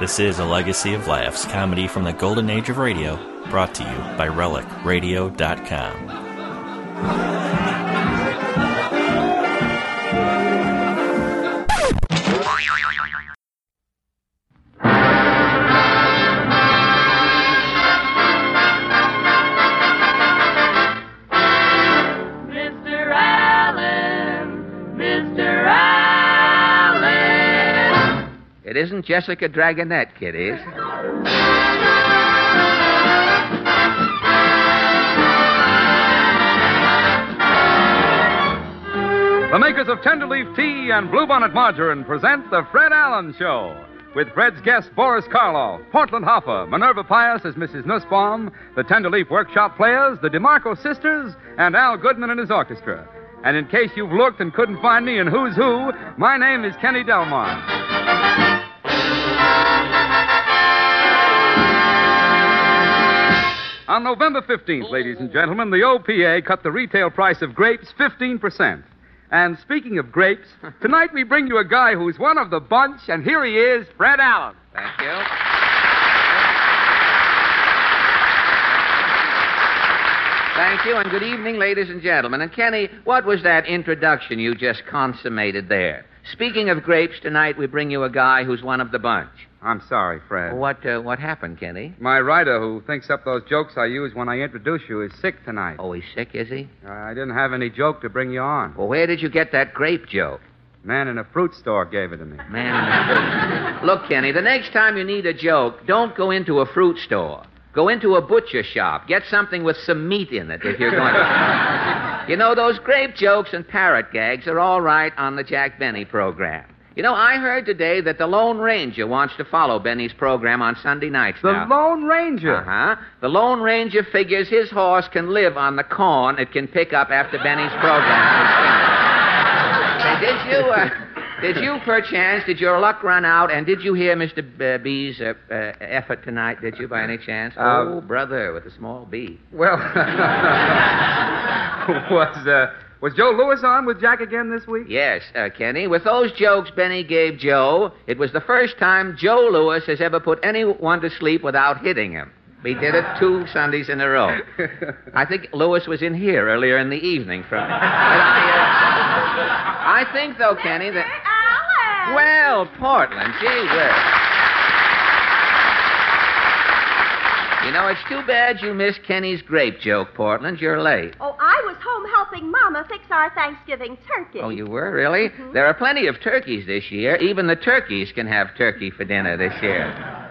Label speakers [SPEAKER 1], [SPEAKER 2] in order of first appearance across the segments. [SPEAKER 1] This is a legacy of laughs, comedy from the golden age of radio, brought to you by relicradio.com.
[SPEAKER 2] Mr. Allen, Mr. Allen.
[SPEAKER 3] It isn't Jessica Dragonette, kiddies.
[SPEAKER 4] The makers of Tenderleaf Tea and Bluebonnet Margarine present The Fred Allen Show. With Fred's guests Boris Karloff, Portland Hoffa, Minerva Pius as Mrs. Nussbaum, the Tenderleaf Workshop Players, the DeMarco Sisters, and Al Goodman and his orchestra. And in case you've looked and couldn't find me in Who's Who, my name is Kenny Delmont. On November 15th, ladies and gentlemen, the OPA cut the retail price of grapes 15%. And speaking of grapes, tonight we bring you a guy who's one of the bunch, and here he is, Fred Allen.
[SPEAKER 3] Thank you. Thank you, and good evening, ladies and gentlemen. And Kenny, what was that introduction you just consummated there? Speaking of grapes, tonight we bring you a guy who's one of the bunch.
[SPEAKER 4] I'm sorry, Fred.
[SPEAKER 3] What uh, what happened, Kenny?
[SPEAKER 4] My writer who thinks up those jokes I use when I introduce you is sick tonight.
[SPEAKER 3] Oh, he's sick, is he?
[SPEAKER 4] I didn't have any joke to bring you on.
[SPEAKER 3] Well, where did you get that grape joke?
[SPEAKER 4] Man in a fruit store gave it to me.
[SPEAKER 3] Man. Look, Kenny, the next time you need a joke, don't go into a fruit store. Go into a butcher shop. Get something with some meat in it if you're going to. you know, those grape jokes and parrot gags are all right on the Jack Benny program. You know, I heard today that the Lone Ranger wants to follow Benny's program on Sunday nights
[SPEAKER 4] The
[SPEAKER 3] now.
[SPEAKER 4] Lone Ranger.
[SPEAKER 3] Uh-huh. The Lone Ranger figures his horse can live on the corn it can pick up after Benny's program. Say, did you, uh, did you perchance, did your luck run out, and did you hear Mr. B- uh, B's uh, uh, effort tonight, did you, by any chance?
[SPEAKER 4] Uh,
[SPEAKER 3] oh, brother, with a small B.
[SPEAKER 4] Well, was uh, was Joe Lewis on with Jack again this week?
[SPEAKER 3] Yes, uh, Kenny, with those jokes Benny gave Joe, it was the first time Joe Lewis has ever put anyone to sleep without hitting him. He did it two Sundays in a row. I think Lewis was in here earlier in the evening from. But I, uh, I think, though, Kenny, that.
[SPEAKER 2] Allen.
[SPEAKER 3] Well, Portland, gee whiz. You know, it's too bad you missed Kenny's grape joke, Portland. You're late.
[SPEAKER 5] Oh, I was home helping Mama fix our Thanksgiving turkey.
[SPEAKER 3] Oh, you were, really? There are plenty of turkeys this year. Even the turkeys can have turkey for dinner this year.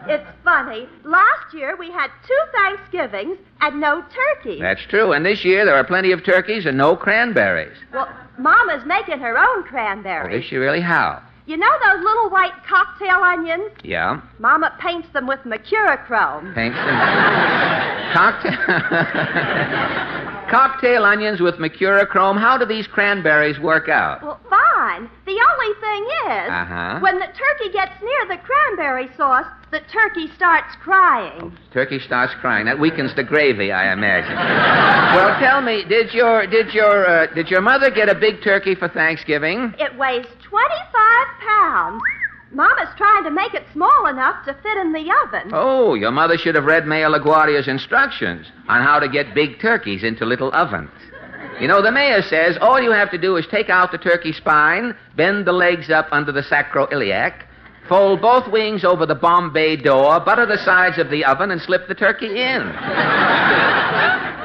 [SPEAKER 5] It's funny. Last year we had two Thanksgivings and no turkey.
[SPEAKER 3] That's true. And this year there are plenty of turkeys and no cranberries.
[SPEAKER 5] Well, Mama's making her own
[SPEAKER 3] Oh,
[SPEAKER 5] cranberry.
[SPEAKER 3] is she really? How?
[SPEAKER 5] You know those little white cocktail onions?
[SPEAKER 3] Yeah.
[SPEAKER 5] Mama paints them with mercurochrome.
[SPEAKER 3] Thanks. and- Cocktail. Cocktail onions with mercurochrome. How do these cranberries work out?
[SPEAKER 5] Well, fine. The only thing is,
[SPEAKER 3] Uh-huh.
[SPEAKER 5] when the turkey gets near the cranberry sauce, the turkey starts
[SPEAKER 3] Oh,
[SPEAKER 5] crying.
[SPEAKER 3] Turkey starts crying. That weakens the gravy, I imagine. well, tell me, did your did your uh, did your mother get a big turkey for Thanksgiving?
[SPEAKER 5] It weighs 25 pounds. Mama's trying to make it small enough to fit in the oven.
[SPEAKER 3] Oh, your mother should have read Mayor LaGuardia's instructions on how to get big turkeys into little ovens. You know, the mayor says all you have to do is take out the turkey spine, bend the legs up under the sacroiliac, fold both wings over the Bombay door, butter the sides of the oven, and slip the turkey in.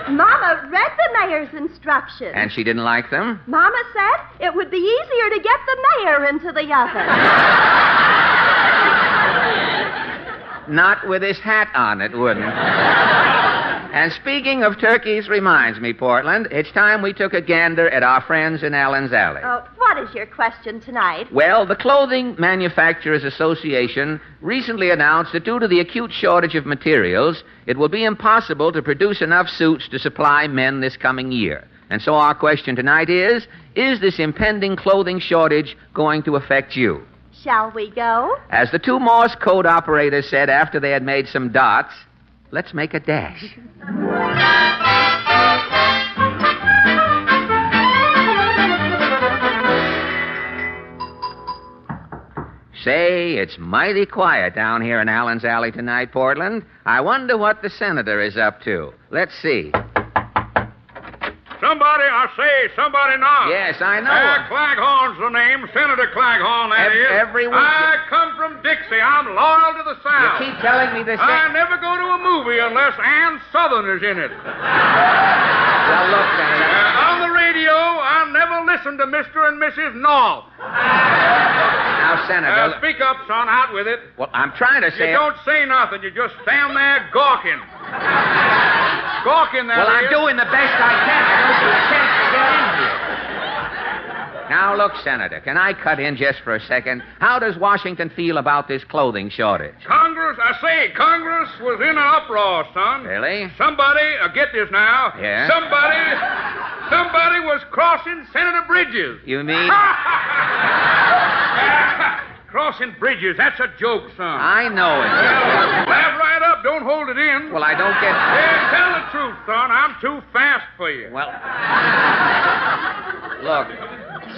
[SPEAKER 5] Mama read the mayor's instructions.
[SPEAKER 3] And she didn't like them?
[SPEAKER 5] Mama said it would be easier to get the mayor into the oven.
[SPEAKER 3] Not with his hat on, it wouldn't. and speaking of turkeys, reminds me, Portland, it's time we took a gander at our friends in Allen's Alley.
[SPEAKER 5] Oh, what is your question tonight?
[SPEAKER 3] Well, the Clothing Manufacturers Association recently announced that due to the acute shortage of materials, it will be impossible to produce enough suits to supply men this coming year. And so our question tonight is Is this impending clothing shortage going to affect you?
[SPEAKER 5] Shall we go?
[SPEAKER 3] As the two Morse code operators said after they had made some dots, let's make a dash. Say, it's mighty quiet down here in Allen's Alley tonight, Portland. I wonder what the senator is up to. Let's see.
[SPEAKER 6] Somebody, I say, somebody knock.
[SPEAKER 3] Yes, I know.
[SPEAKER 6] Uh, Claghorn's the name, Senator Claghorn, that
[SPEAKER 3] Ev-
[SPEAKER 6] is.
[SPEAKER 3] every week-
[SPEAKER 6] I come from Dixie. I'm loyal to the
[SPEAKER 3] You
[SPEAKER 6] South.
[SPEAKER 3] keep telling me this.
[SPEAKER 6] I never go to a movie unless Ann Southern is in it. Uh,
[SPEAKER 3] Well, look, Senator.
[SPEAKER 6] on the radio, I never listen to Mr. and Mrs. North.
[SPEAKER 3] Now,
[SPEAKER 6] Uh,
[SPEAKER 3] Senator.
[SPEAKER 6] speak up, son. Out with it.
[SPEAKER 3] well, I'm trying to
[SPEAKER 6] You
[SPEAKER 3] say.
[SPEAKER 6] don't say nothing. You just stand there gawking. gawking, that
[SPEAKER 3] Well, I'm
[SPEAKER 6] is.
[SPEAKER 3] doing the best I can. I don't do a chance to get in here. Now, look, Senator, can I cut in just for a second? How does Washington feel about this clothing shortage?
[SPEAKER 6] Congress, I say, Congress was in an uproar, son.
[SPEAKER 3] Really?
[SPEAKER 6] Somebody, uh, get this now.
[SPEAKER 3] Yeah?
[SPEAKER 6] Somebody, somebody was crossing Senator Bridges.
[SPEAKER 3] You mean?
[SPEAKER 6] crossing Bridges, that's a joke, son.
[SPEAKER 3] I know it.
[SPEAKER 6] Laugh right up, don't hold it in.
[SPEAKER 3] Well, I don't get.
[SPEAKER 6] Yeah, tell the truth, son. I'm too fast for you.
[SPEAKER 3] Well. Look,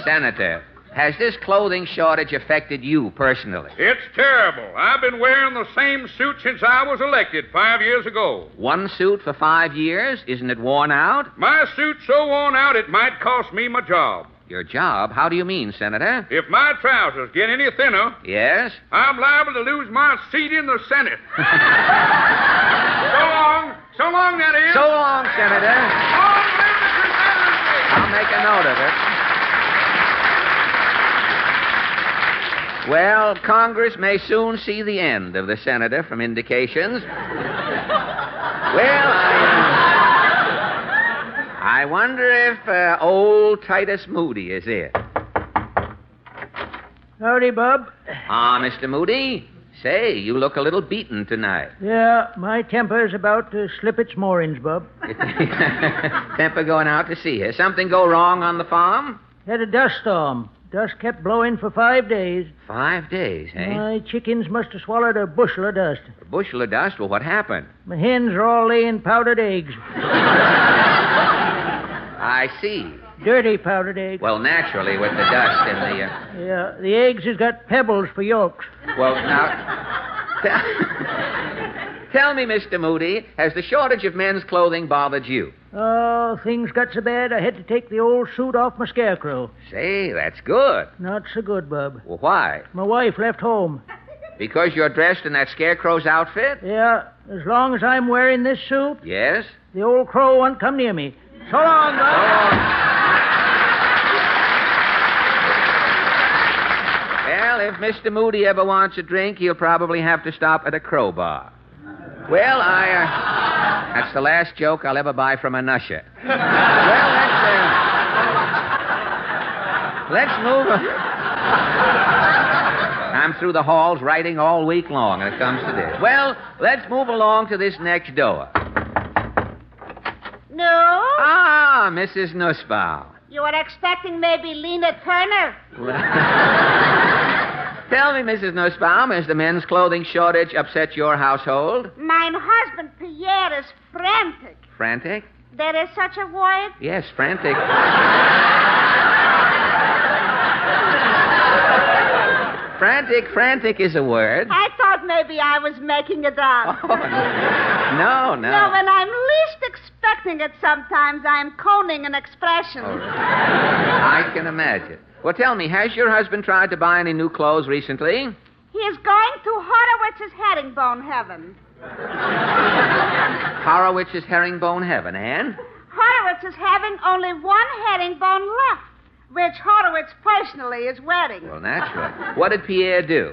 [SPEAKER 3] Senator, has this clothing shortage affected you personally?
[SPEAKER 6] It's terrible. I've been wearing the same suit since I was elected five years ago.
[SPEAKER 3] One suit for five years? Isn't it worn out?
[SPEAKER 6] My suit's so worn out it might cost me my job.
[SPEAKER 3] Your job? How do you mean, Senator?
[SPEAKER 6] If my trousers get any thinner,
[SPEAKER 3] Yes?
[SPEAKER 6] I'm liable to lose my seat in the Senate. so long. So long, that is.
[SPEAKER 3] So long, Senator.
[SPEAKER 6] Long live the Confederacy!
[SPEAKER 3] I'll make a note of it. Well, Congress may soon see the end of the senator from indications. well, I. I wonder if uh, old Titus Moody is here.
[SPEAKER 7] Howdy, Bub.
[SPEAKER 3] Ah, Mr. Moody. Say, you look a little beaten tonight.
[SPEAKER 7] Yeah, my temper's about to slip its moorings, Bub.
[SPEAKER 3] Temper going out to see her. Something go wrong on the farm?
[SPEAKER 7] Had a dust storm. Dust kept blowing for five days.
[SPEAKER 3] Five days, eh?
[SPEAKER 7] My chickens must have swallowed a bushel of dust.
[SPEAKER 3] A bushel of dust. Well, what happened?
[SPEAKER 7] My hens are all laying powdered eggs.
[SPEAKER 3] I see.
[SPEAKER 7] Dirty powdered eggs.
[SPEAKER 3] Well, naturally, with the dust and the. Uh...
[SPEAKER 7] Yeah, the eggs has got pebbles for yolks.
[SPEAKER 3] Well, now. Tell me, Mr. Moody, has the shortage of men's clothing bothered you?
[SPEAKER 7] Oh, things got so bad I had to take the old suit off my scarecrow.
[SPEAKER 3] Say, that's good.
[SPEAKER 7] Not so good, Bub.
[SPEAKER 3] Well, why?
[SPEAKER 7] My wife left home.
[SPEAKER 3] Because you're dressed in that scarecrow's outfit?
[SPEAKER 7] Yeah, as long as I'm wearing this suit,
[SPEAKER 3] Yes?
[SPEAKER 7] the old crow won't come near me. So long, Bub.
[SPEAKER 3] Well, if Mr. Moody ever wants a drink, he'll probably have to stop at a crowbar. Well, I. Uh, that's the last joke I'll ever buy from an usher. well, let's. Uh, let's move. on. I'm through the halls writing all week long when it comes to this. Well, let's move along to this next door.
[SPEAKER 8] No?
[SPEAKER 3] Ah, Mrs. Nussbaum.
[SPEAKER 8] You were expecting maybe Lena Turner.
[SPEAKER 3] Tell me, Mrs. Nussbaum, has the men's clothing shortage upset your household?
[SPEAKER 8] Mine husband, Pierre, is frantic.
[SPEAKER 3] Frantic?
[SPEAKER 8] There is such a word?
[SPEAKER 3] Yes, frantic. frantic, frantic is a word.
[SPEAKER 8] I thought maybe I was making it up.
[SPEAKER 3] Oh, no, no.
[SPEAKER 8] No, when I'm least expecting it sometimes, I'm coning an expression.
[SPEAKER 3] I can imagine. Well, tell me, has your husband tried to buy any new clothes recently?
[SPEAKER 8] He is going to Horowitz's herringbone heaven.
[SPEAKER 3] Horowitz's herringbone heaven, Anne?
[SPEAKER 8] Horowitz is having only one herringbone left, which Horowitz personally is wearing.
[SPEAKER 3] Well, naturally. What did Pierre do?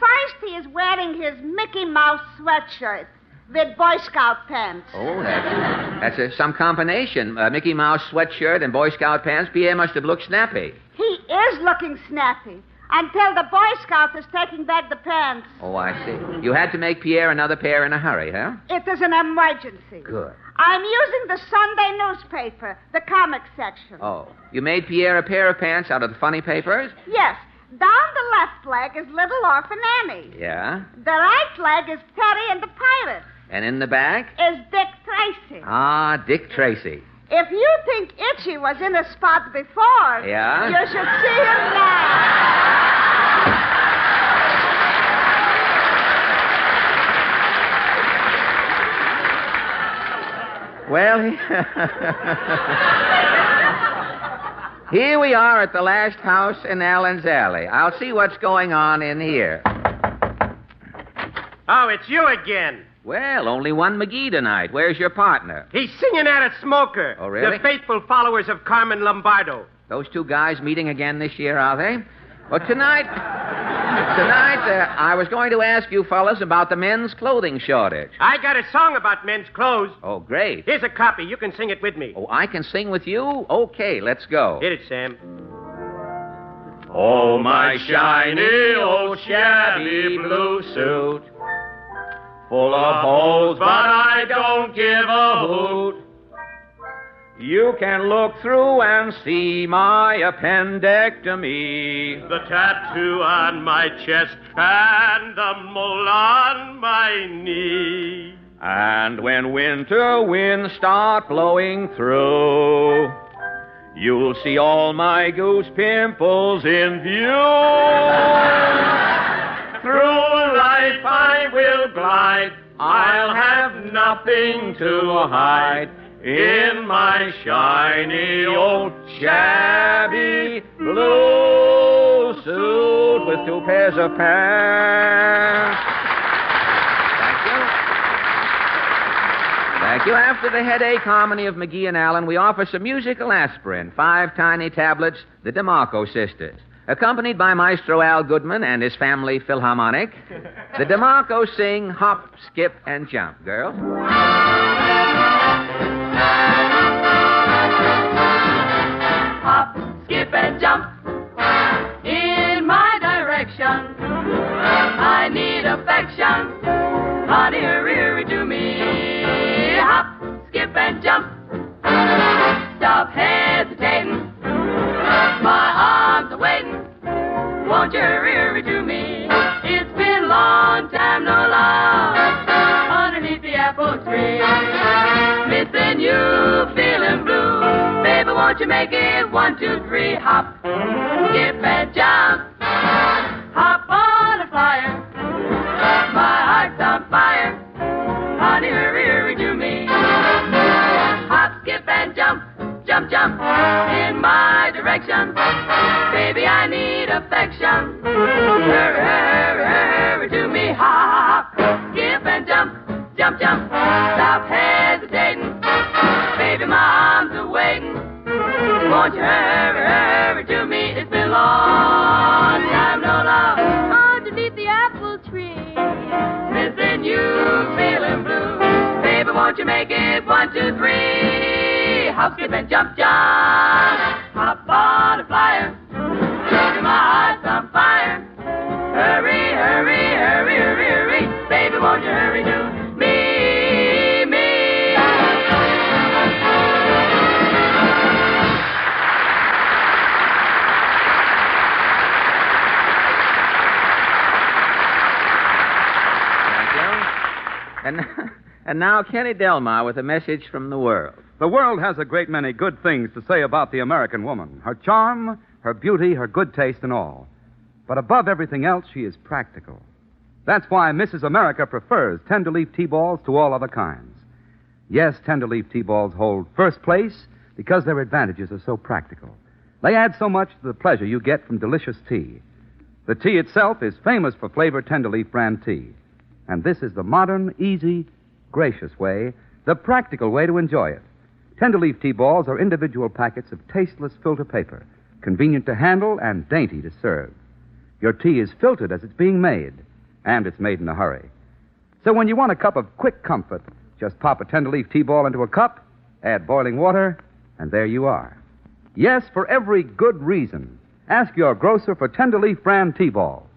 [SPEAKER 8] First, he is wearing his Mickey Mouse sweatshirt with Boy Scout pants.
[SPEAKER 3] Oh, that's, that's a, some combination. Uh, Mickey Mouse sweatshirt and Boy Scout pants. Pierre must have looked snappy.
[SPEAKER 8] He is looking snappy until the Boy Scout is taking back the pants.
[SPEAKER 3] Oh, I see. You had to make Pierre another pair in a hurry, huh?
[SPEAKER 8] It is an emergency.
[SPEAKER 3] Good.
[SPEAKER 8] I'm using the Sunday newspaper, the comic section.
[SPEAKER 3] Oh, you made Pierre a pair of pants out of the funny papers?
[SPEAKER 8] Yes, down the left leg is Little Orphan Annie.
[SPEAKER 3] Yeah.
[SPEAKER 8] The right leg is Terry and the Pirates,
[SPEAKER 3] And in the back?
[SPEAKER 8] is Dick Tracy.
[SPEAKER 3] Ah, Dick Tracy.
[SPEAKER 8] If you think Itchy was in a spot before,
[SPEAKER 3] Yeah?
[SPEAKER 8] you should see him now.
[SPEAKER 3] Johnny. here we are at the last house in Allen's Alley. I'll see what's going on in here.
[SPEAKER 9] Oh, it's you again.
[SPEAKER 3] Well, only one McGee tonight. Where's your partner?
[SPEAKER 9] He's singing at a smoker.
[SPEAKER 3] Oh, really?
[SPEAKER 9] The faithful followers of Carmen Lombardo.
[SPEAKER 3] Those two guys meeting again this year, are they? Well, tonight, tonight, uh, I was going to ask you fellas about the men's clothing shortage.
[SPEAKER 9] I got a song about men's clothes.
[SPEAKER 3] Oh, great.
[SPEAKER 9] Here's a copy. You can sing it with me.
[SPEAKER 3] Oh, I can sing with you? Okay, let's go.
[SPEAKER 9] Hit it, Sam.
[SPEAKER 6] Oh, my shiny old shabby blue suit. Full of holes, but I don't give a hoot.
[SPEAKER 3] You can look through and see my appendectomy.
[SPEAKER 6] The tattoo on my chest Ah, and the mole on my knee.
[SPEAKER 3] And when winter winds start blowing through, you'll see all my goose pimples in view.
[SPEAKER 6] Through life I will glide. I'll have nothing to hide in my shiny old shabby blue
[SPEAKER 3] Suit with two pairs of pants. Thank you. Thank you. After the headache harmony of McGee and Allen, we offer some musical aspirin, five tiny tablets, the DeMarco sisters. Accompanied by Maestro Al Goodman and his family Philharmonic, the DeMarco sing Hop, Skip, and Jump, girls.
[SPEAKER 2] Hop, skip, and jump in my direction. I need affection. Honey, rear to me. Hop, skip, and jump. Stop hesitating. My arms are waiting. Won't you rear to me? It's been a long time, no love. Underneath the apple tree. Missing you, feeling blue. Baby, won't you make it one, two, three, hop. Skip and jump. Hop on a flyer. My heart's on fire. Honey, hurry, hurry to me. Hop, skip, and jump. Jump, jump in my direction. Baby, I need affection. Hurry, hurry, hurry to me. Hop, skip, and jump. Jump, jump. Stop hesitating. Baby, my arms are waiting. Won't you hurry, hurry to me? It's been a long time, no love.
[SPEAKER 8] Underneath the apple tree.
[SPEAKER 2] Missing you, feeling blue. Baby, won't you make it one, two, three? Hop, skip, and jump, jump. Hop on a flyer. Baby, my heart's on fire. Hurry, hurry, hurry, hurry, hurry. Baby, won't you hurry to me, me?
[SPEAKER 3] Thank you. And, and now Kenny Delmar with a message from the world.
[SPEAKER 4] The world has a great many good things to say about the American woman her charm, her beauty, her good taste, and all. But above everything else, she is practical. That's why Mrs. America prefers tenderleaf tea balls to all other kinds. Yes, tenderleaf tea balls hold first place because their advantages are so practical. They add so much to the pleasure you get from delicious tea. The tea itself is famous for flavor tenderleaf brand tea. And this is the modern, easy, gracious way, the practical way to enjoy it. Tenderleaf tea balls are individual packets of tasteless filter paper, convenient to handle and dainty to serve. Your tea is filtered as it's being made, and it's made in a hurry. So when you want a cup of quick comfort, just pop a tenderleaf tea ball into a cup, add boiling water, and there you are. Yes, for every good reason, ask your grocer for Tenderleaf brand tea ball.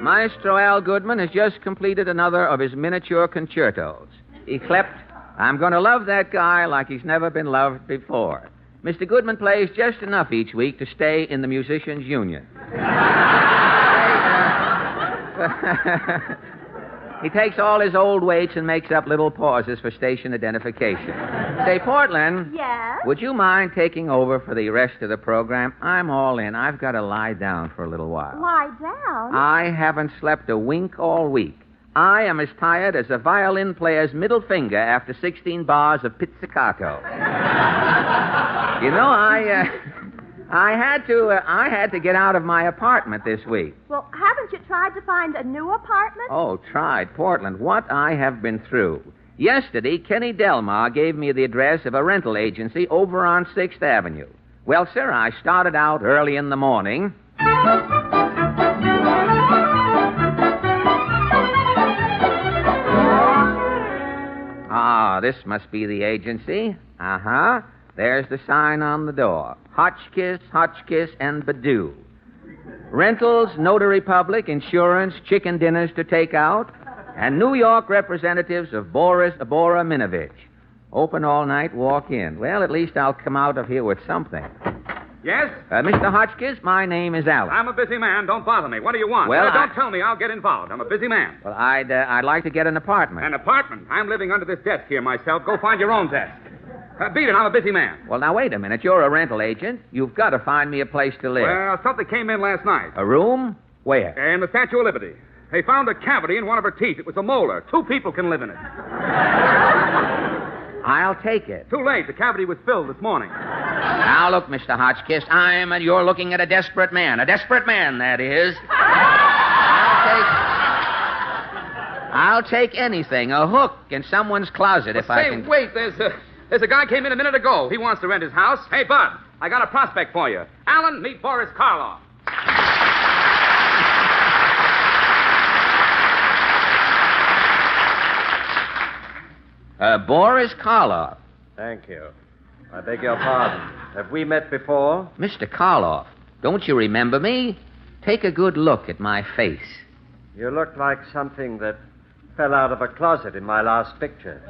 [SPEAKER 3] Maestro Al Goodman has just completed another of his miniature concertos. He clept, I'm going to love that guy like he's never been loved before. Mr. Goodman plays just enough each week to stay in the Musicians Union. He takes all his old weights and makes up little pauses for station identification. Say, Portland.
[SPEAKER 5] Yes?
[SPEAKER 3] Would you mind taking over for the rest of the program? I'm all in. I've got to lie down for a little while.
[SPEAKER 5] Lie down.
[SPEAKER 3] I haven't slept a wink all week. I am as tired as a violin player's middle finger after 16 bars of pizzicato. you know, I, uh, I had to, uh, I had to get out of my apartment this week.
[SPEAKER 5] Well, haven't you tried to find a new apartment?
[SPEAKER 3] Oh, tried Portland. What I have been through. Yesterday, Kenny Delmar gave me the address of a rental agency over on 6th Avenue. Well, sir, I started out early in the morning. Ah, this must be the agency. Uh huh. There's the sign on the door Hotchkiss, Hotchkiss, and Badoo. Rentals, notary public, insurance, chicken dinners to take out, and New York representatives of Boris Bora Minovich. Open all night, walk in. Well, at least I'll come out of here with something.
[SPEAKER 4] Yes?
[SPEAKER 3] Uh, Mr. Hotchkiss, my name is Allen.
[SPEAKER 4] I'm a busy man. Don't bother me. What do you want?
[SPEAKER 3] Well,
[SPEAKER 4] Uh,
[SPEAKER 3] I-
[SPEAKER 4] don't tell me. I'll get involved. I'm a busy man.
[SPEAKER 3] Well, I'd, uh, I'd like to get an apartment.
[SPEAKER 4] An apartment. I'm living under this desk here myself. Go find your own desk. Uh, beat it. I'm a busy man.
[SPEAKER 3] Well, now, wait a minute. You're a rental agent. You've got to find me a place to live.
[SPEAKER 4] Well, something came in last night.
[SPEAKER 3] a room? Where?
[SPEAKER 4] And the Statue of Liberty. They found a cavity in one of her teeth. It was a molar. Two people can live in it.
[SPEAKER 3] I'll take it.
[SPEAKER 4] Too late. The cavity was filled this morning.
[SPEAKER 3] Now, look, Mr. Hotchkiss, I'm, and you're looking at a desperate man. A desperate man, that is. I'll take. I'll take anything. A hook in someone's closet if I
[SPEAKER 4] Say,
[SPEAKER 3] can.
[SPEAKER 4] wait. There's a, there's a guy came in a minute ago. He wants to rent his house. Hey, Bud, I got a prospect for you. Alan, meet Boris Karloff.
[SPEAKER 3] Uh, Boris Karloff.
[SPEAKER 10] Thank you. I beg your pardon. Have we met before?
[SPEAKER 3] Mr. Karloff, don't you remember me? Take a good look at my face.
[SPEAKER 10] You look like something that fell out of a closet in my last picture.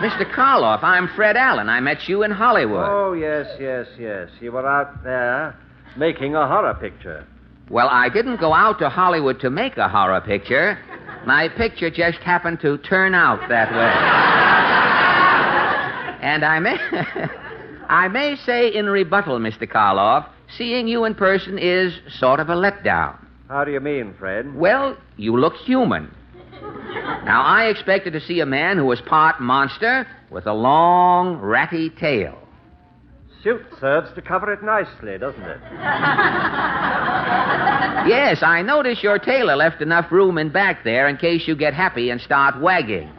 [SPEAKER 3] Mr. Karloff, I'm Fred Allen. I met you in Hollywood.
[SPEAKER 10] Oh, yes, yes, yes. You were out there making a horror picture.
[SPEAKER 3] Well, I didn't go out to Hollywood to make a horror picture. My picture just happened to turn out that way. and I may, I may say in rebuttal, Mr. Karloff, seeing you in person is sort of a letdown.
[SPEAKER 10] How do you mean, Fred?
[SPEAKER 3] Well, you look human. Now, I expected to see a man who was part monster with a long, ratty tail.
[SPEAKER 10] Suit serves to cover it nicely, doesn't it?
[SPEAKER 3] Yes, I notice your tailor left enough room in back there in case you get happy and start wagging.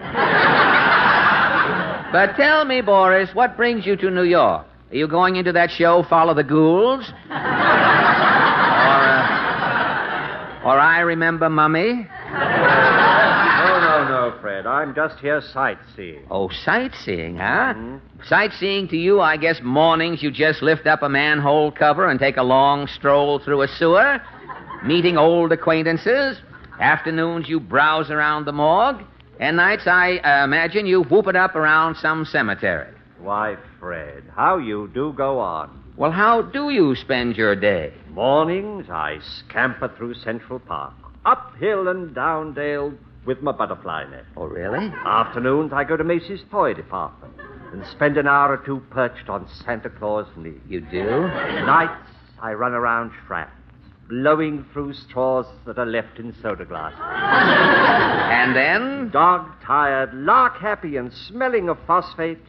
[SPEAKER 3] but tell me, Boris, what brings you to New York? Are you going into that show, Follow the Ghouls? or, uh, or I Remember Mummy?
[SPEAKER 10] No, no, no, Fred. I'm just here sightseeing. Mm-hmm.
[SPEAKER 3] Oh, sightseeing, huh? Sightseeing to you, I guess mornings you just lift up a manhole cover and take a long stroll through a sewer, meeting old acquaintances. Afternoons you browse around the morgue, and nights I uh, imagine you whoop it up around some cemetery.
[SPEAKER 10] Why, Fred, how you do go on.
[SPEAKER 3] Well, how do you spend your day?
[SPEAKER 10] Mornings, I scamper through Central Park, up hill and down dale with my butterfly net.
[SPEAKER 3] Oh, really?
[SPEAKER 10] Afternoons, I go to Macy's toy department and spend an hour or two perched on Santa Claus' knee.
[SPEAKER 3] You do?
[SPEAKER 10] Nights, I run around shrafts, blowing through straws that are left in soda glasses.
[SPEAKER 3] And then?
[SPEAKER 10] Dog tired, lark happy, and smelling of phosphate,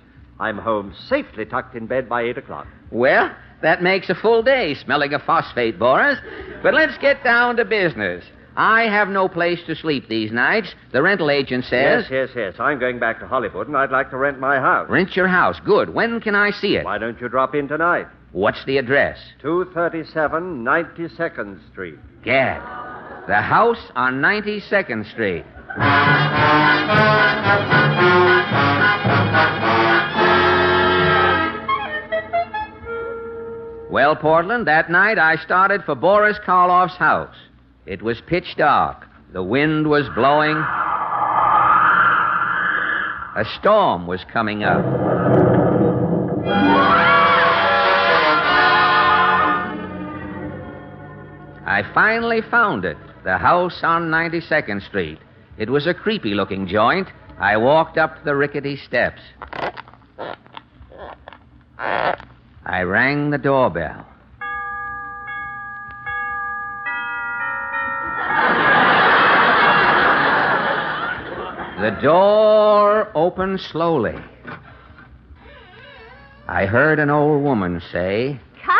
[SPEAKER 10] I'm home safely tucked in bed by 8 o'clock.
[SPEAKER 3] Well, that makes a full day smelling of phosphate, Boris. But let's get down to business. I have no place to sleep these nights. The rental agent says.
[SPEAKER 10] Yes, yes, yes. I'm going back to Hollywood, and I'd like to rent my house.
[SPEAKER 3] Rent your house. Good. When can I see it?
[SPEAKER 10] Why don't you drop in tonight?
[SPEAKER 3] What's the address?
[SPEAKER 10] 237 92nd Street.
[SPEAKER 3] Gad. The house on 92nd Street. Well, Portland, that night I started for Boris Karloff's house. It was pitch dark. The wind was blowing. A storm was coming up. I finally found it the house on 92nd Street. It was a creepy looking joint. I walked up the rickety steps. I rang the doorbell. The door opened slowly. I heard an old woman say,
[SPEAKER 8] Come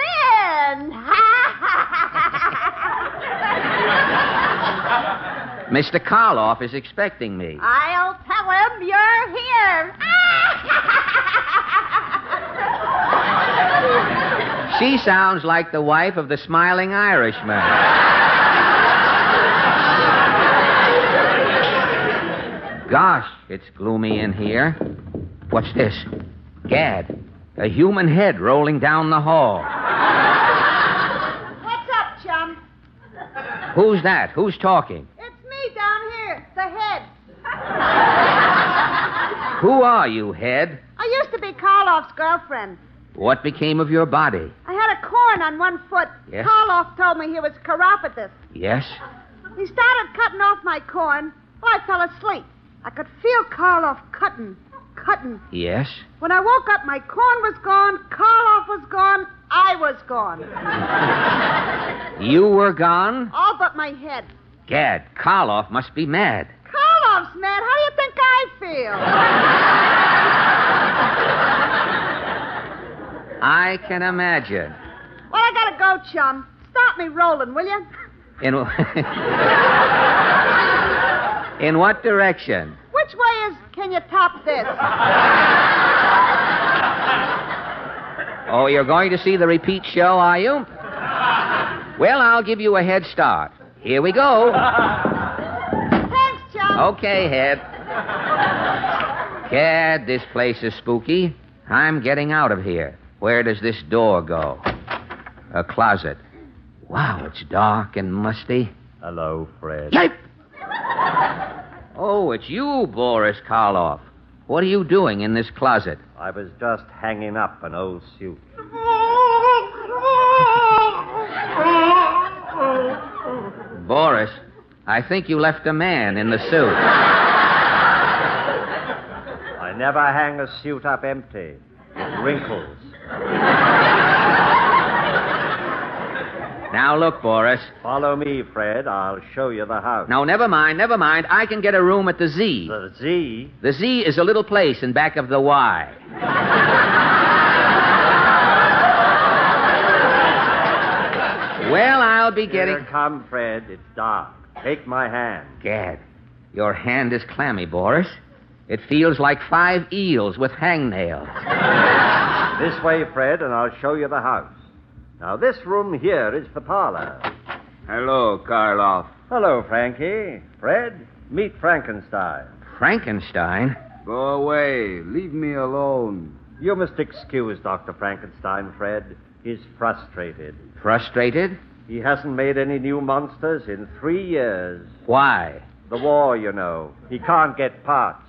[SPEAKER 5] Oh,
[SPEAKER 8] in.
[SPEAKER 3] Mr. Karloff is expecting me.
[SPEAKER 8] I'll tell him you're here.
[SPEAKER 3] She sounds like the wife of the smiling Irishman. Gosh, it's gloomy in here. What's this? Gad, a human head rolling down the hall.
[SPEAKER 8] What's up, chum?
[SPEAKER 3] Who's that? Who's talking?
[SPEAKER 8] It's me down here, the head.
[SPEAKER 3] Who are you, head?
[SPEAKER 8] I used to be Karloff's girlfriend.
[SPEAKER 3] What became of your body?
[SPEAKER 8] I had a corn on one foot.
[SPEAKER 3] Yes?
[SPEAKER 8] Karloff told me he was chiropodist.
[SPEAKER 3] Yes?
[SPEAKER 8] He started cutting off my corn. Well, I fell asleep. I could feel Karloff cutting, cutting.
[SPEAKER 3] Yes?
[SPEAKER 8] When I woke up, my corn was gone, Karloff was gone, I was gone.
[SPEAKER 3] You were gone?
[SPEAKER 8] All but my head.
[SPEAKER 3] Gad, Karloff must be mad.
[SPEAKER 8] Karloff's mad. How do you think I feel?
[SPEAKER 3] I can imagine.
[SPEAKER 8] Well, I gotta go, chum. Stop me rolling, will you?
[SPEAKER 3] In, in what direction?
[SPEAKER 8] Which way is can you top this?
[SPEAKER 3] Oh, you're going to see the repeat show, are you? Well, I'll give you a head start. Here we go.
[SPEAKER 8] Thanks, chum.
[SPEAKER 3] Okay, head. Gad, this place is spooky. I'm getting out of here. Where does this door go? A closet. Wow, it's dark and musty.
[SPEAKER 10] Hello, Fred.
[SPEAKER 3] Yipe! Oh, it's you, Boris Karloff. What are you doing in this closet?
[SPEAKER 10] I was just hanging up an old suit.
[SPEAKER 3] Boris, I think you left a man in the suit.
[SPEAKER 10] I never hang a suit up empty. It wrinkles.
[SPEAKER 3] Now look, Boris.
[SPEAKER 10] Follow me, Fred. I'll show you the house.
[SPEAKER 3] No, never mind, never mind. I can get a room at the Z.
[SPEAKER 10] The Z.
[SPEAKER 3] The Z is a little place in back of the Y. well, I'll be
[SPEAKER 10] Here
[SPEAKER 3] getting.
[SPEAKER 10] come, Fred. It's dark. Take my hand.
[SPEAKER 3] Gad, your hand is clammy, Boris. It feels like five eels with hangnails.
[SPEAKER 10] This way, Fred, and I'll show you the house. Now, this room here is the parlor.
[SPEAKER 3] Hello, Karloff.
[SPEAKER 10] Hello, Frankie. Fred, meet Frankenstein.
[SPEAKER 3] Frankenstein?
[SPEAKER 11] Go away. Leave me alone.
[SPEAKER 10] You must excuse Dr. Frankenstein, Fred. He's frustrated.
[SPEAKER 3] Frustrated?
[SPEAKER 10] He hasn't made any new monsters in three years.
[SPEAKER 3] Why?
[SPEAKER 10] The war, you know. He can't get parts.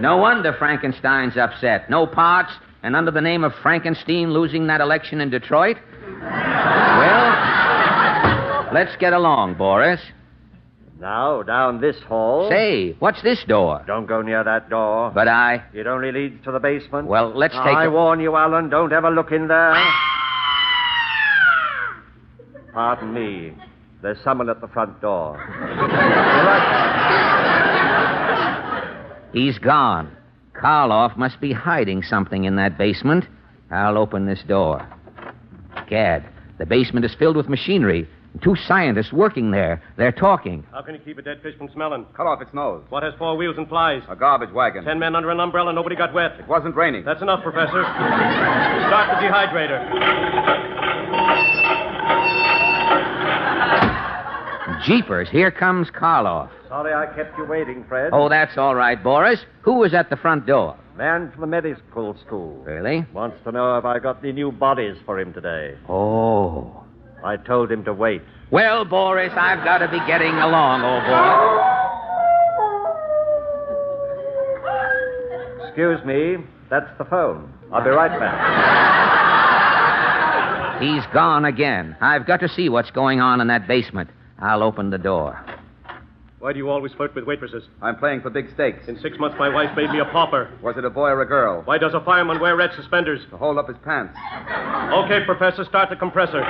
[SPEAKER 3] No wonder Frankenstein's upset. No parts, and under the name of Frankenstein losing that election in Detroit? well, let's get along, Boris.
[SPEAKER 10] Now, down this hall.
[SPEAKER 3] Say, what's this door?
[SPEAKER 10] Don't go near that door.
[SPEAKER 3] But I.
[SPEAKER 10] It only leads to the basement.
[SPEAKER 3] Well, let's take
[SPEAKER 10] I
[SPEAKER 3] a- Ah!
[SPEAKER 10] warn you, Alan, don't ever look in there. Pardon me. There's someone at the front door.
[SPEAKER 3] He's gone. Karloff must be hiding something in that basement. I'll open this door. Gad, the basement is filled with machinery. Two scientists working there. They're talking.
[SPEAKER 9] How can you keep a dead fish from smelling?
[SPEAKER 11] Cut off its nose.
[SPEAKER 9] What has four wheels and flies?
[SPEAKER 11] A garbage wagon.
[SPEAKER 9] Ten men under an umbrella, nobody got wet.
[SPEAKER 11] It wasn't raining.
[SPEAKER 9] That's enough, Professor. Start the dehydrator.
[SPEAKER 3] Jeepers, here comes Karloff.
[SPEAKER 10] Sorry I kept you waiting, Fred.
[SPEAKER 3] Oh, that's all right, Boris. Who was at the front door?
[SPEAKER 10] Man from the medical school.
[SPEAKER 3] Really?
[SPEAKER 10] Wants to know if I got the new bodies for him today.
[SPEAKER 3] Oh.
[SPEAKER 10] I told him to wait.
[SPEAKER 3] Well, Boris, I've got to be getting along, old boy.
[SPEAKER 10] Excuse me. That's the phone. I'll be right back.
[SPEAKER 3] He's gone again. I've got to see what's going on in that basement. I'll open the door.
[SPEAKER 9] Why do you always flirt with waitresses?
[SPEAKER 4] I'm playing for big stakes.
[SPEAKER 9] In six months, my wife made me a pauper.
[SPEAKER 4] Was it a boy or a girl?
[SPEAKER 9] Why does a fireman wear red suspenders?
[SPEAKER 4] To hold up his pants.
[SPEAKER 9] Okay, Professor, start the compressor.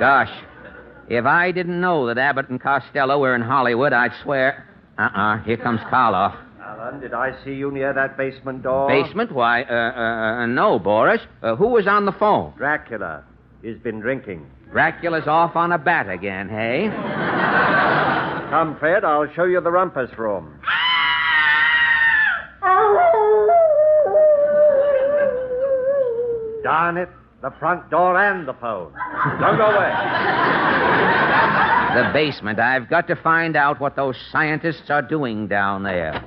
[SPEAKER 3] Gosh, if I didn't know that Abbott and Costello were in Hollywood, I'd swear. Uh uh here comes Karloff.
[SPEAKER 10] Alan, did I see you near that basement door?
[SPEAKER 3] Basement? Why, uh, uh, uh, no, Boris. Uh, who was on the phone?
[SPEAKER 10] Dracula. He's been drinking.
[SPEAKER 3] Dracula's off on a bat again, hey?
[SPEAKER 10] Come, Fred, I'll show you the rumpus room. Darn it, the front door and the phone. Don't go away.
[SPEAKER 3] The basement. I've got to find out what those scientists are doing down there.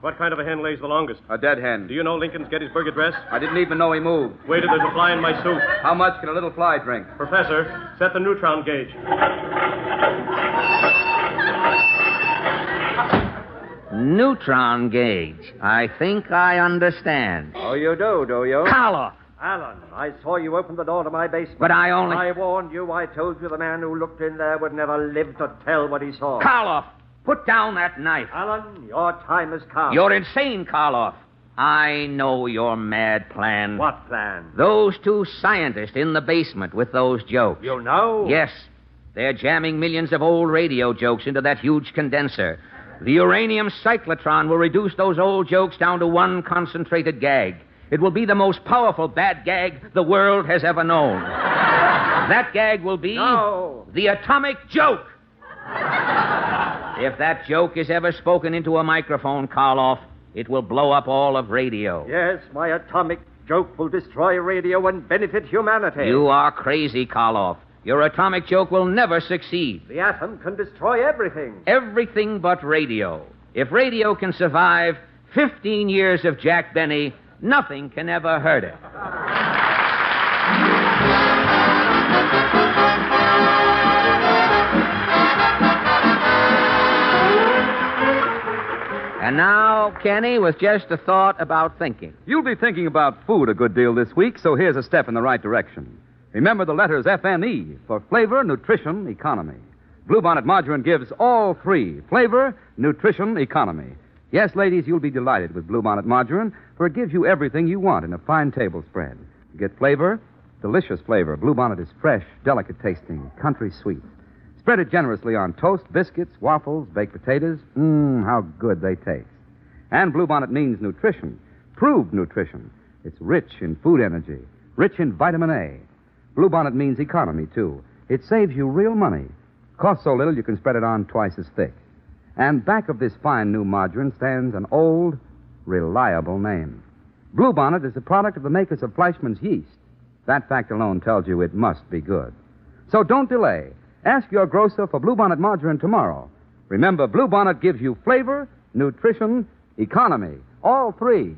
[SPEAKER 9] What kind of a hen lays the longest?
[SPEAKER 4] A dead hen.
[SPEAKER 9] Do you know Lincoln's Gettysburg Address?
[SPEAKER 4] I didn't even know he moved.
[SPEAKER 9] Waiter, there's a fly in my soup.
[SPEAKER 4] How much can a little fly drink?
[SPEAKER 9] Professor, set the neutron gauge.
[SPEAKER 3] Neutron gauge. I think I understand.
[SPEAKER 10] Oh, you do, do you?
[SPEAKER 3] Collar.
[SPEAKER 10] Alan, I saw you open the door to my basement.
[SPEAKER 3] But I only.
[SPEAKER 10] I warned you. I told you the man who looked in there would never live to tell what he saw.
[SPEAKER 3] Karloff, put down that knife.
[SPEAKER 10] Alan, your time has come.
[SPEAKER 3] You're insane, Karloff. I know your mad plan.
[SPEAKER 10] What plan?
[SPEAKER 3] Those two scientists in the basement with those jokes.
[SPEAKER 10] You know?
[SPEAKER 3] Yes. They're jamming millions of old radio jokes into that huge condenser. The uranium cyclotron will reduce those old jokes down to one concentrated gag. It will be the most powerful bad gag the world has ever known. that gag will be
[SPEAKER 10] no.
[SPEAKER 3] the atomic joke. if that joke is ever spoken into a microphone, Karloff, it will blow up all of radio.
[SPEAKER 10] Yes, my atomic joke will destroy radio and benefit humanity.
[SPEAKER 3] You are crazy, Karloff. Your atomic joke will never succeed.
[SPEAKER 10] The atom can destroy everything.
[SPEAKER 3] Everything but radio. If radio can survive 15 years of Jack Benny, Nothing can ever hurt it. And now, Kenny, was just a thought about thinking.
[SPEAKER 4] You'll be thinking about food a good deal this week, so here's a step in the right direction. Remember the letters FNE for flavor, nutrition, economy. Bluebonnet margarine gives all three flavor, nutrition, economy. Yes, ladies, you'll be delighted with Bluebonnet margarine, for it gives you everything you want in a fine table spread. You get flavor, delicious flavor. Bluebonnet is fresh, delicate tasting, country sweet. Spread it generously on toast, biscuits, waffles, baked potatoes. Mmm, how good they taste. And Bluebonnet means nutrition, proved nutrition. It's rich in food energy, rich in vitamin A. Bluebonnet means economy, too. It saves you real money. Costs so little you can spread it on twice as thick. And back of this fine new margarine stands an old, reliable name. Bluebonnet is the product of the makers of Fleischmann's yeast. That fact alone tells you it must be good. So don't delay. Ask your grocer for Bluebonnet margarine tomorrow. Remember, Bluebonnet gives you flavor, nutrition, economy, all three.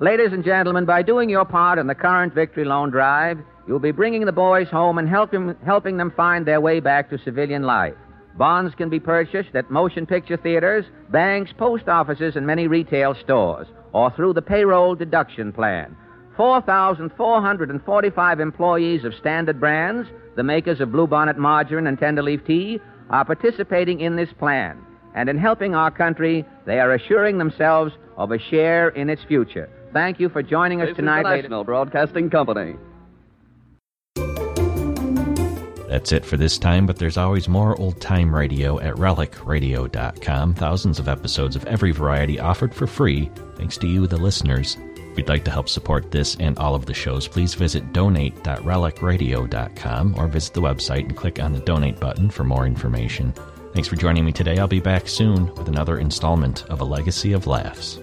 [SPEAKER 3] Ladies and gentlemen, by doing your part in the current Victory Loan Drive, you'll be bringing the boys home and help them, helping them find their way back to civilian life. Bonds can be purchased at motion picture theaters, banks, post offices, and many retail stores, or through the payroll deduction plan. 4,445 employees of Standard Brands, the makers of Bluebonnet Margarine and Tenderleaf Tea, are participating in this plan. And in helping our country, they are assuring themselves of a share in its future. Thank you for joining us
[SPEAKER 12] this
[SPEAKER 3] tonight.
[SPEAKER 12] Is the National Broadcasting Company.
[SPEAKER 1] That's it for this time, but there's always more old time radio at relicradio.com. Thousands of episodes of every variety offered for free, thanks to you, the listeners. If you'd like to help support this and all of the shows, please visit donate.relicradio.com or visit the website and click on the donate button for more information. Thanks for joining me today. I'll be back soon with another installment of A Legacy of Laughs.